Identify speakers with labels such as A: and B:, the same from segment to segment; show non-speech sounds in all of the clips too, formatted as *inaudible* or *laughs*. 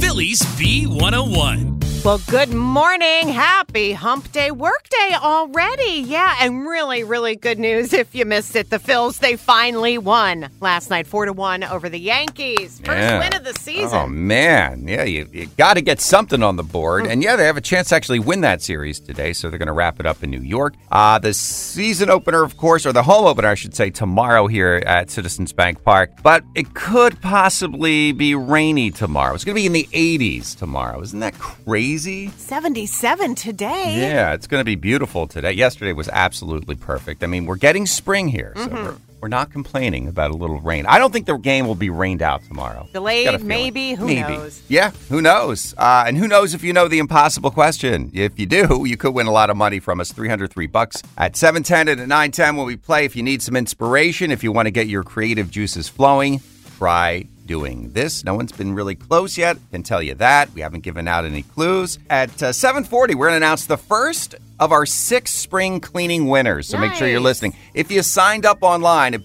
A: Phillies B101.
B: Well, good morning. Happy hump day, work day already. Yeah, and really, really good news if you missed it. The Phils, they finally won last night, 4 to 1 over the Yankees. First
C: Yeah.
B: win of the season. Hmm.
C: Oh man, yeah, you, you got to get something on the board, and yeah, they have a chance to actually win that series today. So they're going to wrap it up in New York. Uh, the season opener, of course, or the home opener, I should say, tomorrow here at Citizens Bank Park. But it could possibly be rainy tomorrow. It's going to be in the 80s tomorrow. Isn't that crazy?
B: 77 today.
C: Yeah, it's going to be beautiful today. Yesterday was absolutely perfect. I mean, we're getting spring here, so
B: Mm-hmm.
C: we're, we're not complaining about a little rain. I don't think the game will be rained out tomorrow.
B: Delayed,
C: Got a feeling.
B: maybe, who knows?
C: Yeah, who knows? Uh, and who knows if you know the impossible question? If you do, you could win a lot of money from us. 303 bucks at 710 and at 910 when we play. If you need some inspiration, if you want to get your creative juices flowing, try doing this. No one's been really close yet. Can tell you that. We haven't given out any clues. At uh, 740, we're going to announce the first of our six spring cleaning winners. So make sure you're
B: Nice.
C: listening listening. If you signed up online at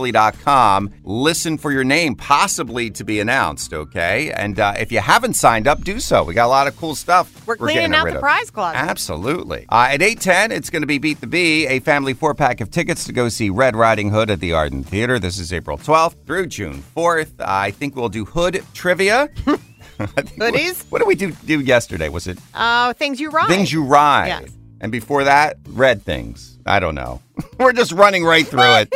C: b101philly.com, listen for your name possibly to be announced, okay? And uh, if you haven't signed up, do so. We got a lot of cool stuff.
B: We're
C: getting
B: cleaning out
C: rid
B: the
C: of.
B: prize closet.
C: Absolutely. Uh, at 810, it's going to be Beat the Bee, a family four pack of tickets to go see Red Riding Hood at the Arden Theater. This is April 12th through June 4th. I think we'll do Hood trivia. *laughs* I think we-
B: Hoodies?
C: What did we do, do yesterday? Was it
B: Oh, things you ride.
C: Things you ride.
B: Yes.
C: And before that, red things. I don't know. *laughs* We're just running right through
B: *laughs*
C: it.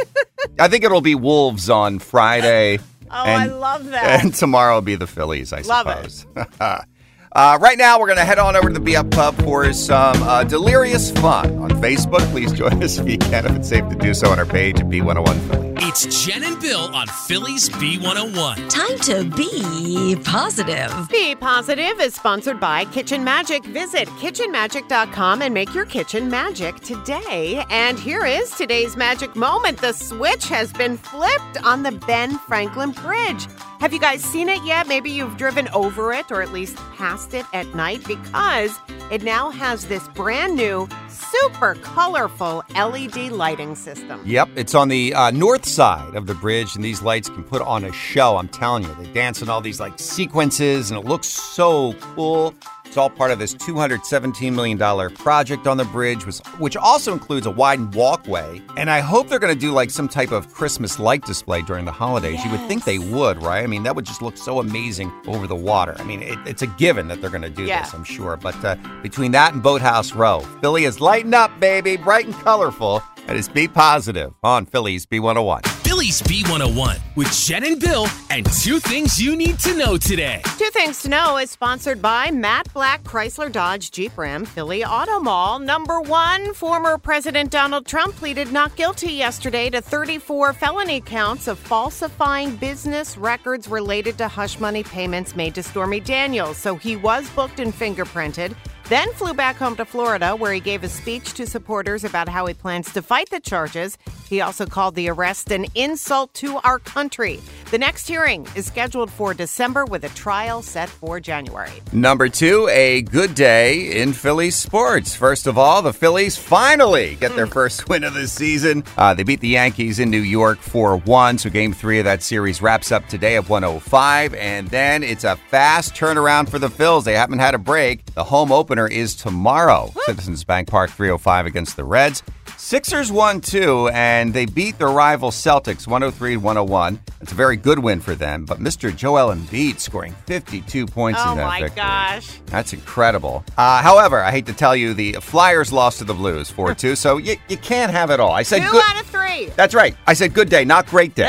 C: I think it'll be wolves on Friday.
B: Oh, I
C: *laughs*
B: love that.
C: And tomorrow will be the Phillies, I
B: Love it.
C: suppose. *laughs* uh, right now, we're going to head on over to the Be Up Pub for some uh, delirious fun on Facebook. Please join us if you can. If it's safe to do so on our page at B101 Philly.
A: It's Jen and Bill on Phillies B101.
D: Time to be positive.
B: Be Positive is sponsored by Kitchen Magic. Visit kitchenmagic.com and make your kitchen magic today. And here is today's magic moment. The switch has been flipped on the Ben Franklin Bridge. Have you guys seen it yet? Maybe you've driven over it or at least past it at night because it now has this brand new, super colorful LED lighting system.
C: Yep, it's on the uh, north side of the bridge, and these lights can put on a show. I'm telling you, they dance in all these like sequences, and it looks so cool. It's all part of this 217 million dollar project on the bridge, was- which also includes a widened walkway. And I hope they're going to do like some type of Christmas light display during the holidays. You would think they would, right? I mean, that would just look so amazing over the water. I mean, it, it's a given that they're going to do
B: Yeah.
C: this. I'm sure. But uh, between that and Boathouse Row, Philly is lighting up, baby, bright and colorful. And it's Be Positive on Phillies B101.
A: Phillies B101 with Jen and Bill and two things you need to know today.
B: Two Things to Know is sponsored by Matt Black Chrysler Dodge Jeep Ram Philly Auto Mall. Number one, former President Donald Trump pleaded not guilty yesterday to 34 felony counts of falsifying business records related to hush money payments made to Stormy Daniels. So he was booked and fingerprinted, then flew back home to Florida where he gave a speech to supporters about how he plans to fight the charges. He also called the arrest an insult to our country. The next hearing is scheduled for December with a trial set for January.
C: Number two, a good day in Phillies sports. First of all, the Phillies finally get their first win of the season. Uh, they beat the Yankees in New York 4 1. So game three of that series wraps up today at 105. And then it's a fast turnaround for the Phils. They haven't had a break. The home opener is tomorrow, Citizens Bank Park 305 against the Reds. Sixers won two, and they beat their rival Celtics 103 101. It's a very good win for them, but Mr. Joel Embiid scoring 52 points
B: Oh
C: in that
B: my
C: victory.
B: gosh.
C: That's incredible. Uh, however, I hate to tell you, the Flyers lost to the Blues
B: *laughs*
C: 4 2, so you, you can't have it all. I said
B: Two
C: good.
B: out of three.
C: That's right. I said good day, not
B: *laughs*
C: great day.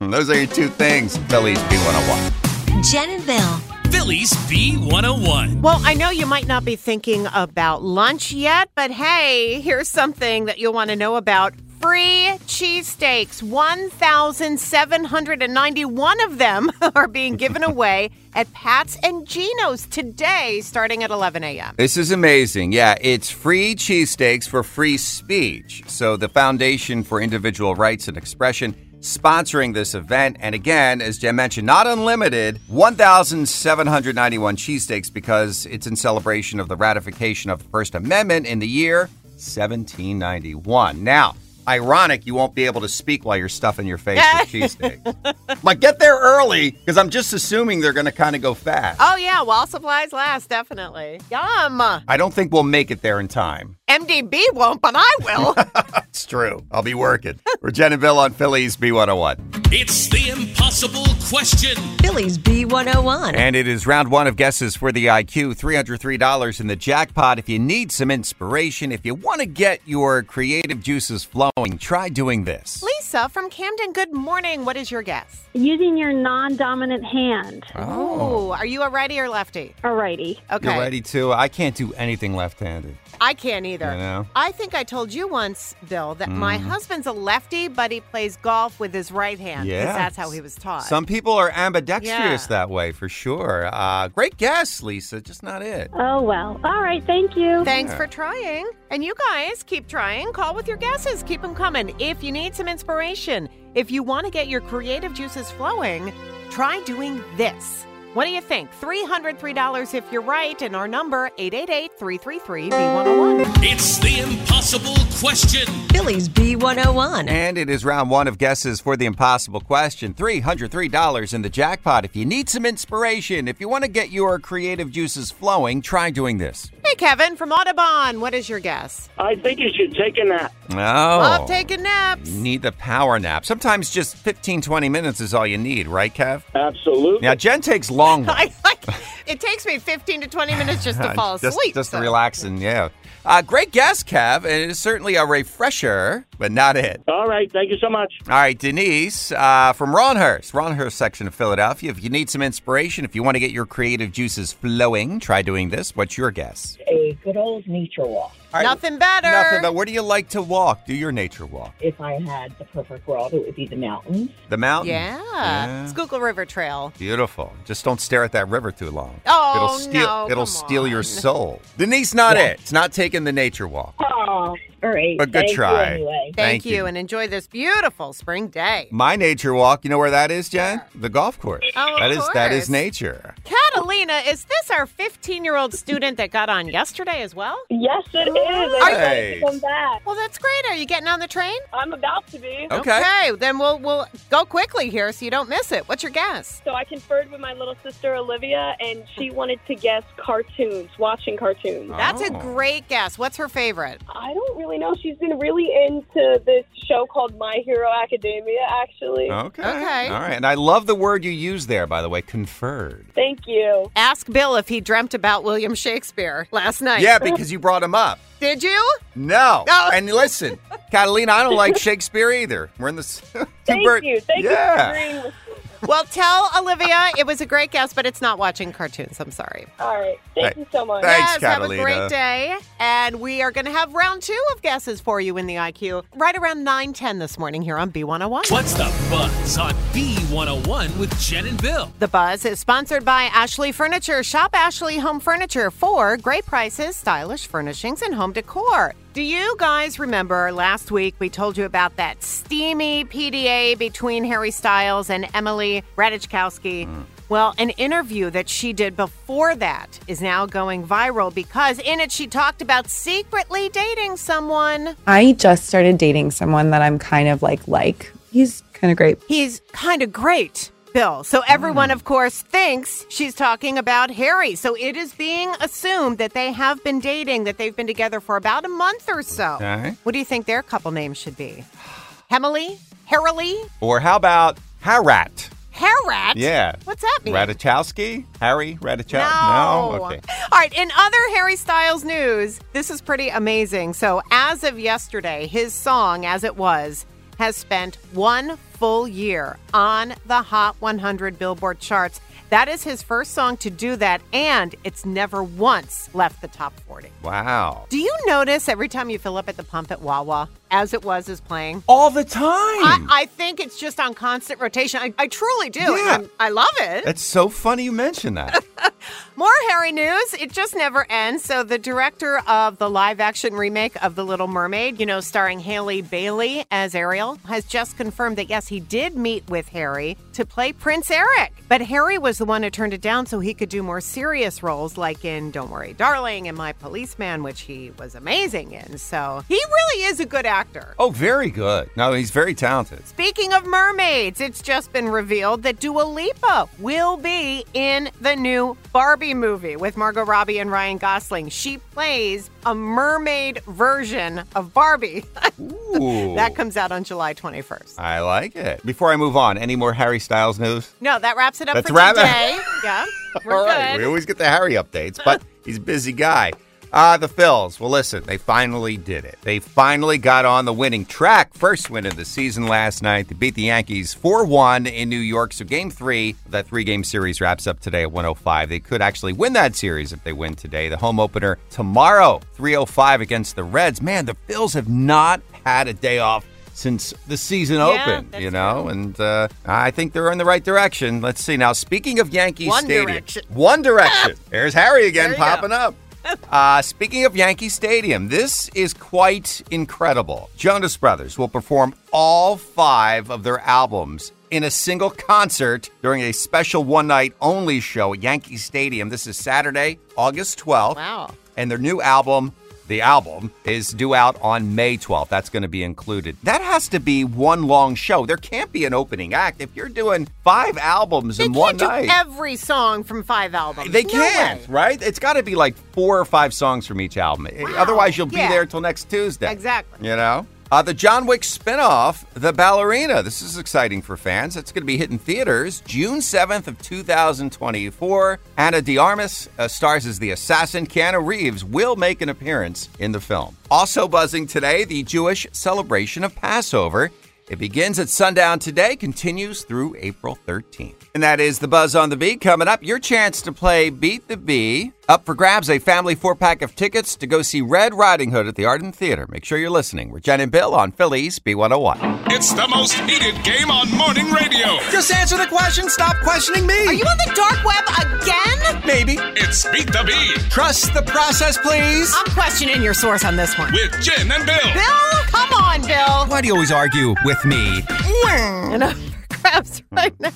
C: Those are your two things, Phillies B101.
D: Jen and Bill.
A: Phillies B101.
B: Well, I know you might not be thinking about lunch yet, but hey, here's something that you'll want to know about. Free cheesesteaks. 1,791 of them *laughs* are being given away at Pat's and Gino's today, starting at 11 a.m.
C: This is amazing. Yeah, it's free cheesesteaks for free speech. So, the Foundation for Individual Rights and Expression sponsoring this event. And again, as Jen mentioned, not unlimited 1,791 cheesesteaks because it's in celebration of the ratification of the First Amendment in the year 1791. Now, ironic you won't be able to speak while you're stuffing your face with cheesesteaks. Like, get there early because I'm just assuming they're going to kind of go fast.
B: Oh, yeah, while supplies last, definitely. Yum.
C: I don't think we'll make it there in time.
B: MDB won't, but I will.
C: It's true. I'll
B: *laughs*
C: be working. We're Jen and Bill on Phillies B101.
A: It's the impossible question.
D: Phillies B101.
C: And it is round one of guesses for the IQ $303 in the jackpot. If you need some inspiration, if you want to get your creative juices flowing, try doing this.
B: Lisa from Camden, good morning. What is your guess?
E: Using your non dominant hand.
B: Ooh, are you a righty or lefty?
E: Alrighty.
B: Okay.
C: You're ready to? I can't do anything left handed.
B: I can't either.
C: You know? Mm.
B: I think I told you once, Bill, that my husband's a lefty, but he plays golf with his right hand. 'cause that's how he was taught.
C: Some people are ambidextrous
B: Yeah.
C: that way for sure. Uh, great guess, Lisa. Just not it.
E: Oh, well. All right. Thank you.
B: Thanks for trying. And you guys keep trying. Call with your guesses. Keep them coming. If you need some inspiration, if you want to get your creative juices flowing, try doing this. What do you think? $303 if you're right, and our number 888-333-B101.
A: It's the impossible question.
D: Phillies B101.
F: Eh.
C: And it is round one of guesses for the impossible question. $303 in the jackpot. If you need some inspiration, if you want to get your creative juices flowing, try doing this.
B: Hey Kevin from Audubon, what is your guess?
G: I think you should take a nap.
C: Oh.
B: Love taking naps.
C: You need the power nap. Sometimes just 15, 20 minutes is all you need, right, Kev?
G: Absolutely.
C: Now, Jen takes long
B: *laughs*
C: ones.
B: I like it takes me 15 to 20 minutes just
C: *laughs*
B: to fall
C: just,
B: asleep.
C: Just
B: so-
C: relaxing, yeah. Uh, great guess, Kev. It is certainly a refresher, but not it.
G: All right. Thank you so much.
C: All right, Denise uh, from Ronhurst, Ronhurst section of Philadelphia. If you need some inspiration, if you want to get your creative juices flowing, try doing this. What's your guess?
H: a good old nature walk
C: All right,
B: Nothing better.
C: Nothing, but where do you like to walk? Do your nature walk.
H: if I had the perfect world, it would be the mountains.
C: The mountain?
B: yeah. Schuylkill River Trail.
C: Beautiful. Just don't stare at that river too long.
B: Oh,
C: it'll steal,
B: no,
C: It'll
B: come
C: steal your
B: on.
C: soul. Denise, not it. It's not taking the nature walk.
H: Oh, all right.
C: But good
H: Thank you
C: try.
H: anyway.
B: Thank,
C: Thank
B: you.
C: you.
B: and enjoy this beautiful spring day.
C: My nature walk, you know where that is, Jen? The golf course.
B: Oh, of
C: That is that
B: course.
C: is nature.
B: Catalina, is this our 15 year old student that got on yesterday as well?
E: Yes, it is.
C: Are-
E: I'm excited to come back.
B: Well, that's great. Are you getting on the train?
E: I'm about to be.
C: Okay.
B: then we'll we'll go quickly here so you don't miss it. What's your guess?
E: So I conferred with my little sister Olivia, and she wanted to guess cartoons, watching cartoons.
B: That's a
C: Oh.
B: great guess. What's her favorite?
E: I don't really know. She's been really into this show called My Hero Academia, actually.
C: Okay.
B: Okay.
C: All right. And I love the word you use there, by the way, conferred.
E: Thank you.
B: Ask Bill if he dreamt about William Shakespeare last night.
C: Yeah, because you brought him up.
B: Did you?
C: No.
B: No.
C: And listen, Catalina, I don't like Shakespeare either. We're in the s- *laughs* two
E: Thank
C: bird-
E: you. Thank
C: yeah.
E: you for agreeing with me.
B: Well, tell Olivia it was a great guess, but it's not watching cartoons. I'm sorry.
E: All right. Thank
C: Hey.
E: you so much.
C: Hey. Thanks,
B: yes, have
C: Catalina.
B: a great day. And we are going to have round two of guesses for you in the IQ right around 9.10 this morning here on B101.
A: What's the buzz on B101 with Jen and Bill?
B: The Buzz is sponsored by Ashley Furniture. Shop Ashley Home Furniture for great prices, stylish furnishings, and home decor. Do you guys remember last week we told you about that steamy PDA between Harry Styles and Emily Ratajkowski? Well, an interview that she did before that is now going viral because in it she talked about secretly dating someone.
F: I just started dating someone that I'm kind of like like. He's kind of great.
B: He's kind of great, Bill. So everyone, of course, thinks she's talking about Harry. So it is being assumed that they have been dating, that they've been together for about a month or so.
C: Okay.
B: What do you think their couple name should be? *sighs* Hemily? Harily?
C: Or how about Harat?
B: Harat?
C: Yeah.
B: What's that mean?
C: Ratajkowski? Harry Ratajkowski?
B: No.
C: Okay.
B: All right. In other Harry Styles news, this is pretty amazing. So, as of yesterday, his song, as it was, has spent one full year on the Hot 100 Billboard charts. That is his first song to do that, and it's never once left the top 40.
C: Wow.
B: Do you notice every time you fill up at the pump at Wawa, as it was is playing?
C: All the time.
B: I,
C: Hmm.
B: I think it's just on constant rotation. I, I truly do.
C: Yeah.
B: and I love it.
C: That's so funny you mention that.
B: More Harry news. It just never ends. So, the director of the live action remake of The Little Mermaid, you know, starring Haley Bailey as Ariel, has just confirmed that yes, he did meet with Harry to play Prince Eric. But Harry was the one who turned it down so he could do more serious roles like in Don't Worry, Darling and My Policeman, which he was amazing in. So, he really is a good actor.
C: oh, very good. No, he's very talented.
B: Speaking of mermaids, it's just been revealed that Dua Lipa will be in the new Barbie movie with Margot Robbie and Ryan Gosling. She plays a mermaid version of Barbie. *laughs*
C: Ooh.
B: that comes out on July 21st.
C: I like it. Before I move on, any more Harry Styles news?
B: No, that wraps it up
C: That's
B: for
C: wrap- *laughs*
B: today. yeah, we're
C: All right,
B: good.
C: we always get the Harry updates,
B: *laughs*
C: but he's a busy guy. Ah, the Phils. Well, listen, they finally did it. They finally got on the winning track. First win of the season last night. They beat the Yankees 4 1 in New York. So, game three, of that three game series wraps up today at 105. They could actually win that series if they win today. The home opener tomorrow, 305 against the Reds. Man, the Phils have not had a day off since the season opened,
B: that's
C: you know? And uh, I think they're in the right direction. Let's see. Now, speaking of Yankee
B: One
C: Stadium,
B: Direction. *laughs*
C: One Direction. There's Harry again
B: There you *laughs*
C: popping up. Uh, speaking of Yankee Stadium, this is quite incredible. Jonas Brothers will perform all five of their albums in a single concert during a special one night only show at Yankee Stadium. This is Saturday, August 12th.
B: Wow.
C: And their new album, The Album, is due out on May 12th. That's going to be included. That has to be one long show. There can't be an opening act. If you're doing five albums
B: They
C: in
B: can't
C: one
B: do
C: night.
B: every song from five albums.
C: They
B: No
C: can't,
B: way.
C: right? It's got to be like four or five songs from each album. Otherwise, you'll be
B: Yeah.
C: there till next Tuesday.
B: Exactly.
C: You know? Uh, the John Wick spinoff, The Ballerina. This is exciting for fans. It's going to be hitting theaters June 7th of 2024. Anna DiArmas uh, stars as the assassin. Keanu Reeves will make an appearance in the film. Also buzzing today, the Jewish celebration of Passover. It begins at sundown today, continues through April 13th. And that is the Buzz on the Bee coming up. Your chance to play Beat the Bee. Up for grabs a family four pack of tickets to go see Red Riding Hood at the Arden Theater. Make sure you're listening. We're Jen and Bill on Phillies B101.
A: It's the most heated game on morning radio.
C: Just answer the question. Stop questioning me.
B: Are you on the dark web again?
C: Maybe.
A: It's Beat the Bee
C: Trust the process, please.
B: I'm questioning your source on this one.
A: with Jen and Bill.
B: Bill, come on, Bill.
C: Why do you always argue with me?
B: *laughs* And up for grabs right now.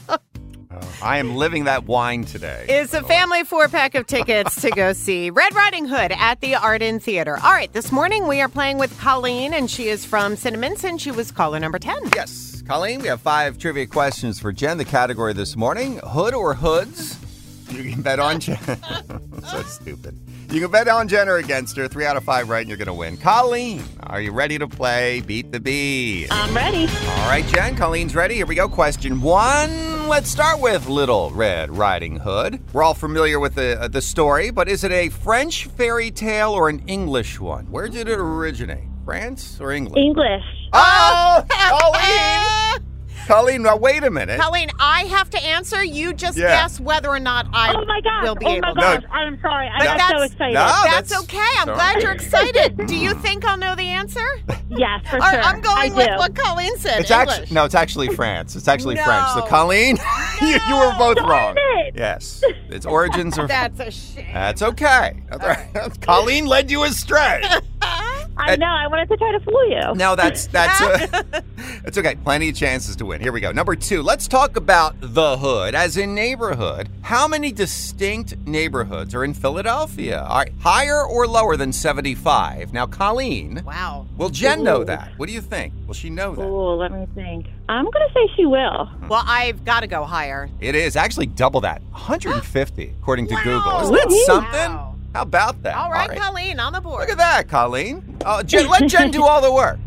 C: I am living that wine today.
B: It's a family four pack of tickets to go see Red Riding Hood at the Arden Theater. All right, this morning we are playing with Colleen, and she is from Cinnaminson. She was caller number 10.
C: Yes, Colleen, we have five trivia questions for Jen. The category this morning hood or hoods? You can bet on Jen. *laughs* so stupid. You can bet on Jen or against her. Three out of five right, and you're going to win. Colleen, are you ready to play Beat the Bee?
E: I'm ready.
C: All right, Jen, Colleen's ready. Here we go. Question one. Let's start with Little Red Riding Hood. We're all familiar with the, uh, the story, but is it a French fairy tale or an English one? Where did it originate? France or England?
E: English.
C: Oh, Colleen! Colleen, now wait a minute.
B: Oh, *laughs* Colleen, I have to answer. You just
C: Yeah.
B: guess whether or not I
E: Oh my gosh.
B: will be
E: oh
B: able
E: my
B: to.
E: gosh.
C: No.
E: I'm sorry. I
B: But
E: got so
B: that's-
E: excited.
C: No. Oh,
B: that's,
C: that's-
B: okay. I'm
C: all
B: glad
C: right.
B: you're
C: *laughs*
B: excited. Do you think I'll know the
E: *laughs*
B: answer?
E: Yes, for
B: All right,
E: sure.
B: I'm
E: I
B: going
E: do.
B: with what Colleen said.
C: It's
B: English.
C: actually no, it's actually France. It's actually French. So
B: No.
C: Colleen, *laughs* you, you were both wrong.
E: it.
C: Yes, its
B: *laughs*
C: origins are.
B: That's a shame.
C: *laughs*
B: *laughs*
C: That's okay. That's all right. Colleen led you astray.
E: I know. I wanted to try to fool you.
C: No, that's that's
B: *laughs*
C: that's okay. Plenty of chances to win. Here we go. Number two. Let's talk about the hood, as in neighborhood. How many distinct neighborhoods are in Philadelphia? All right, higher or lower than seventy-five? Now, Colleen,
B: Wow.
C: will Jen know
E: Ooh.
C: that? What do you think? Will she know that?
E: Ooh, let me think. I'm gonna say
C: *laughs*
E: she will.
B: Well, I've got to go higher.
C: It is actually double that,
B: *gasps*
C: one hundred and fifty, according to
B: Wow.
C: Google. Isn't that
E: Woohoo.
C: something?
B: Wow.
C: How about that?
B: All right, Colleen, on the board.
C: Look at that, Colleen. Uh, Jen, let
B: *laughs*
C: Jen do all the work.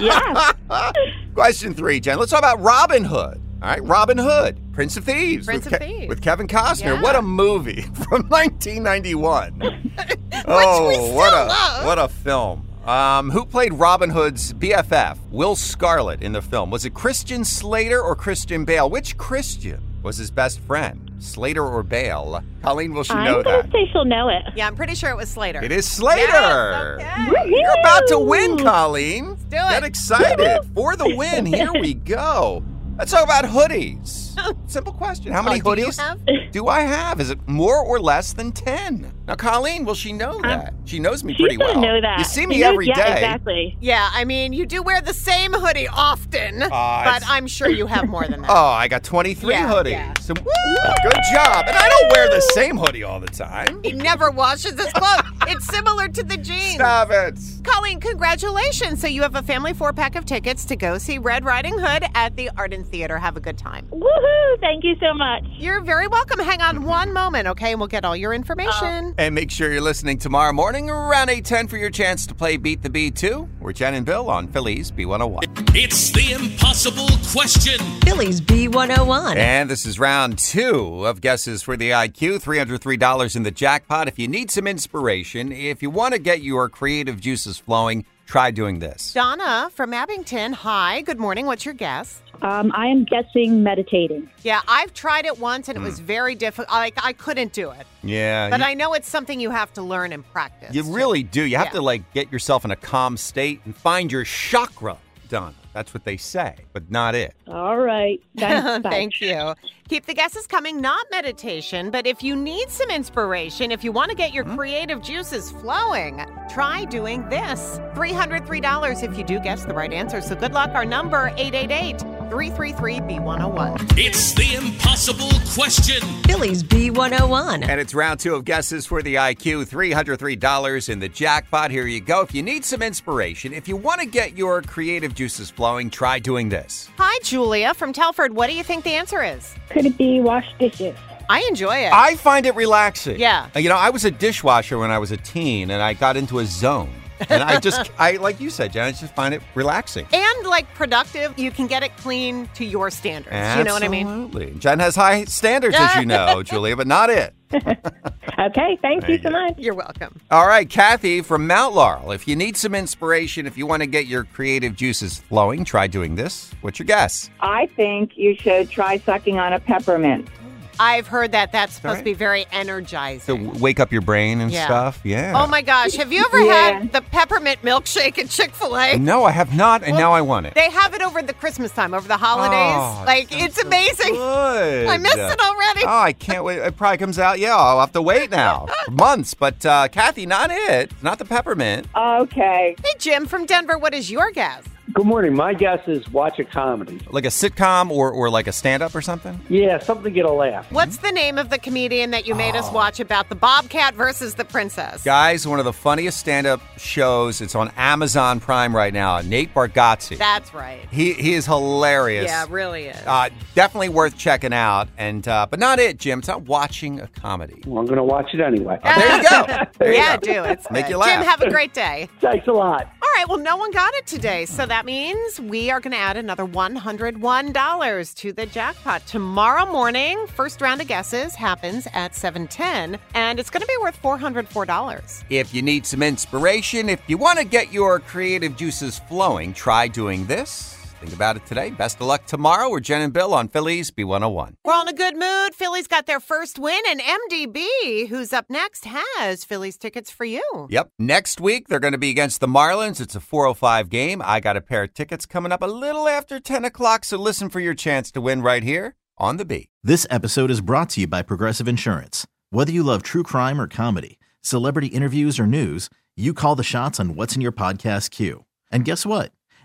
E: Yes.
C: Question three, Jen. Let's talk about Robin Hood. All right, Robin Hood, Prince of Thieves.
B: Prince
C: with
B: of Thieves.
C: With Kevin Costner.
B: Yeah.
C: What a movie *laughs* from
B: *laughs*
C: 1991.
B: we still
C: what, a,
B: love.
C: what a film. Um, who played Robin Hood's BFF, Will Scarlet, in the film? Was it Christian Slater or Christian Bale? Which Christian was his best friend, Slater or Bale? Colleen, will she know
E: I'm
C: that?
E: gonna say she'll know it.
B: Yeah, I'm pretty sure it was Slater.
C: It is Slater.
B: Yes, okay.
C: You're about to win, Colleen. Let's
B: do it.
C: Get excited for the win. Here we go. Let's talk
B: *laughs*
C: about hoodies. Simple question. How many
B: Oh, do you
C: hoodies
B: have-
C: do I have? Is it more or less than 10? Now, Colleen, will she know that? She knows me pretty
E: Um, She's
C: well.
E: gonna know that.
C: You see
E: She
C: me
E: knows-
C: every day.
E: yeah, Exactly.
B: Yeah, I mean, you do wear the same hoodie often, but
C: Ah, it's-
B: I'm sure you have more than that.
C: *laughs* Oh, I got 23
B: Yeah,
C: hoodies.
B: yeah.
C: So- good job. And I don't wear the same hoodie all the time.
B: He never washes his clothes. it's similar to the jeans.
C: Stop it.
B: Colleen, congratulations. So you have a family four pack of tickets to go see Red Riding Hood at the Arden Theater. Have a good time.
E: Woohoo! Thank you so much.
B: You're very welcome. Hang on one moment, okay? And we'll get all your information.
C: And make sure you're listening tomorrow morning around 8:10 for your chance to play Beat the B2. We're Jen and Bill on Phillies B101.
A: It's the impossible question.
D: Phillies B101.
C: And this is round two of guesses for the IQ. $303 in the jackpot. If you need some inspiration, if you want to get your creative juices flowing, try doing this.
B: Donna from Abington. Hi, good morning. What's your guess?
I: Um, I am guessing meditating.
B: Yeah, I've tried it once and it was very difficult. Like, I couldn't do it.
C: Hmm. Yeah.
B: But
C: you,
B: I know it's something you have to learn and practice.
C: you really do. You have
B: Yeah.
C: to like get yourself in a calm state and find your chakra done. That's what they say, but not it.
I: All right.
B: *laughs*
I: Thanks. Bye.
B: Oh, Thank you. Keep the guesses coming, not meditation, but if you need some inspiration, if you want to get your creative juices flowing, try doing this. $303 if you do guess the right answer. So good luck. Our number 888-333-B101.
A: It's the impossible question.
D: Phillies B101.
C: And it's round two of guesses for the IQ. $303 in the jackpot. Here you go. If you need some inspiration, if you want to get your creative juices flowing, try doing this.
B: Hi Julia from Telford. What do you think the answer is?
I: Could it be wash dishes?
B: I enjoy it.
C: I find it relaxing.
B: Yeah.
C: You know, I was a dishwasher when I was a teen and I got into a zone. And I just,
B: *laughs*
C: I like you said, Jen, I just find it relaxing.
B: and like productive, you can get it clean to your standards. You know what I mean?
C: Absolutely. Jen has high standards, as
B: *laughs*
C: you know, Julia, but not it.
I: Okay. Thank you so much.
B: You're welcome.
C: All right, Kathy from Mount Laurel. If you need some inspiration, if you want to get your creative juices flowing, try doing this. What's your guess?
H: I think you should try sucking on a peppermint.
B: I've heard that that's supposed
C: right.
B: to be very
C: to
B: energizing.
C: w- wake up your brain and
B: Yeah.
C: stuff. Yeah.
B: Oh my gosh. Have you ever
H: Yeah.
B: had the peppermint milkshake at Chick fil A?
C: No, I have not, and
B: Well,
C: now I want it.
B: They have it over the Christmas time, over the holidays.
C: Oh,
B: like,
C: sounds
B: it's
C: so
B: amazing.
C: Good.
B: I missed it already.
C: Oh, I can't wait. It probably comes out. Yeah, I'll have to wait now
B: *laughs*
C: for months. But uh, Kathy, not it. Not the peppermint.
H: Okay.
B: Hey, Jim from Denver, what is your guess?
G: Good morning. My guess is watch a comedy.
C: Like a sitcom or, or like a stand up or something?
G: Yeah, something get a laugh.
B: What's the name of the comedian that you made us
C: Oh.
B: watch about the bobcat versus the princess?
C: Guys, one of the funniest stand up shows. It's on Amazon Prime right now. Nate Bargatze.
B: That's right.
C: he, he is hilarious.
B: Yeah, really is.
C: Uh, definitely worth checking out. And uh, But not it, Jim. It's not watching a comedy.
G: Well, I'm going to watch it anyway.
C: There you go. There
B: *laughs*
C: you
B: yeah, do.
C: go.
B: It's
C: Make
B: good.
C: you laugh.
B: Jim, have a great day.
G: Thanks a lot.
B: All right, well, no one got it today, so that means we are going to add another $101 to the jackpot. Tomorrow morning, first round of guesses happens at 710, and it's going to be worth $404.
C: If you need some inspiration, if you want to get your creative juices flowing, try doing this. Think about it today. Best of luck tomorrow. We're Jen and Bill on Phillies B101.
B: We're all in a good mood. Philly's got their first win, and MDB, who's up next, has Philly's tickets for you.
C: Yep. Next week, they're going to be against the Marlins. It's a 405 game. I got a pair of tickets coming up a little after 10 o'clock, so listen for your chance to win right here on the beat.
J: This episode is brought to you by Progressive Insurance. Whether you love true crime or comedy, celebrity interviews, or news, you call the shots on what's in your podcast queue. And guess what?